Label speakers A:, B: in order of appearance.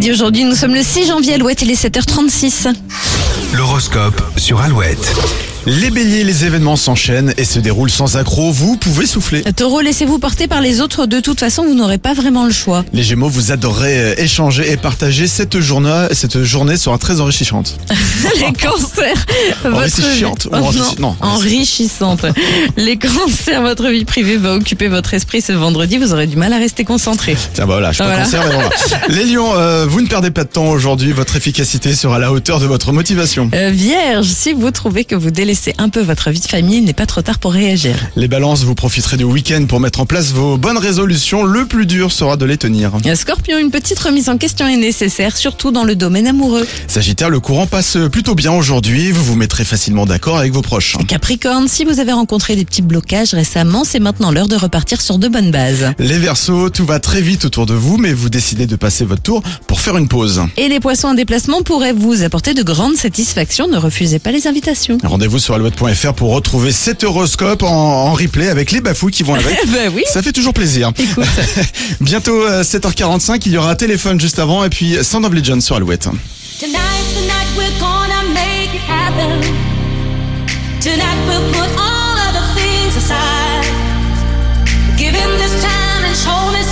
A: Dit Aujourd'hui, nous sommes le 6 janvier, Alouette, il est 7h36.
B: L'horoscope sur Alouette.
C: Les béliers, les événements s'enchaînent et se déroulent sans accroc, vous pouvez souffler.
A: Taureau, laissez-vous porter par les autres, de toute façon, vous n'aurez pas vraiment le choix.
C: Les gémeaux, vous adorez euh, échanger et partager, cette journée, cette journée sera très enrichissante.
A: les cancers,
C: Enrichissante, ou
A: Oh,
C: enrichi-
A: non,
C: non,
A: enrichissante. les cancers, votre vie privée va occuper votre esprit ce vendredi, vous aurez du mal à rester concentré.
C: Tiens, bah voilà, je suis pas
A: Voilà.
C: cancer, mais bon, voilà. Les lions, euh, vous ne perdez pas de temps aujourd'hui, votre efficacité sera à la hauteur de votre motivation.
A: Euh, vierge, si vous trouvez que vous délaissez un peu votre vie de famille, il n'est pas trop tard pour réagir.
C: Les balances, vous profiterez du week-end pour mettre en place vos bonnes résolutions, le plus dur sera de les tenir.
A: Euh, Scorpion, une petite remise en question est nécessaire, surtout dans le domaine amoureux.
C: Sagittaire, le courant passe plutôt bien aujourd'hui, vous vous mettrez facilement d'accord avec vos proches.
A: Capricorne, si vous avez rencontré des petits blocages récemment, c'est maintenant l'heure de repartir sur de bonnes bases.
C: Les Verseaux, tout va très vite autour de vous, mais vous décidez de passer votre tour pour faire une pause.
A: Et les poissons en déplacement pourraient vous apporter de grandes satisfactions. Ne refusez pas les invitations.
C: Rendez-vous sur alouette.fr pour retrouver cet horoscope en, en replay avec les bafouilles qui vont avec.
A: Ben oui.
C: Ça fait toujours plaisir.
A: Écoute.
C: Bientôt euh, 7h45, il y aura téléphone juste avant et puis Sound of Legends sur Alouette.
D: Tonight's the night we're gonna make it happen. Tonight we'll put all other things aside. Give him this time and show me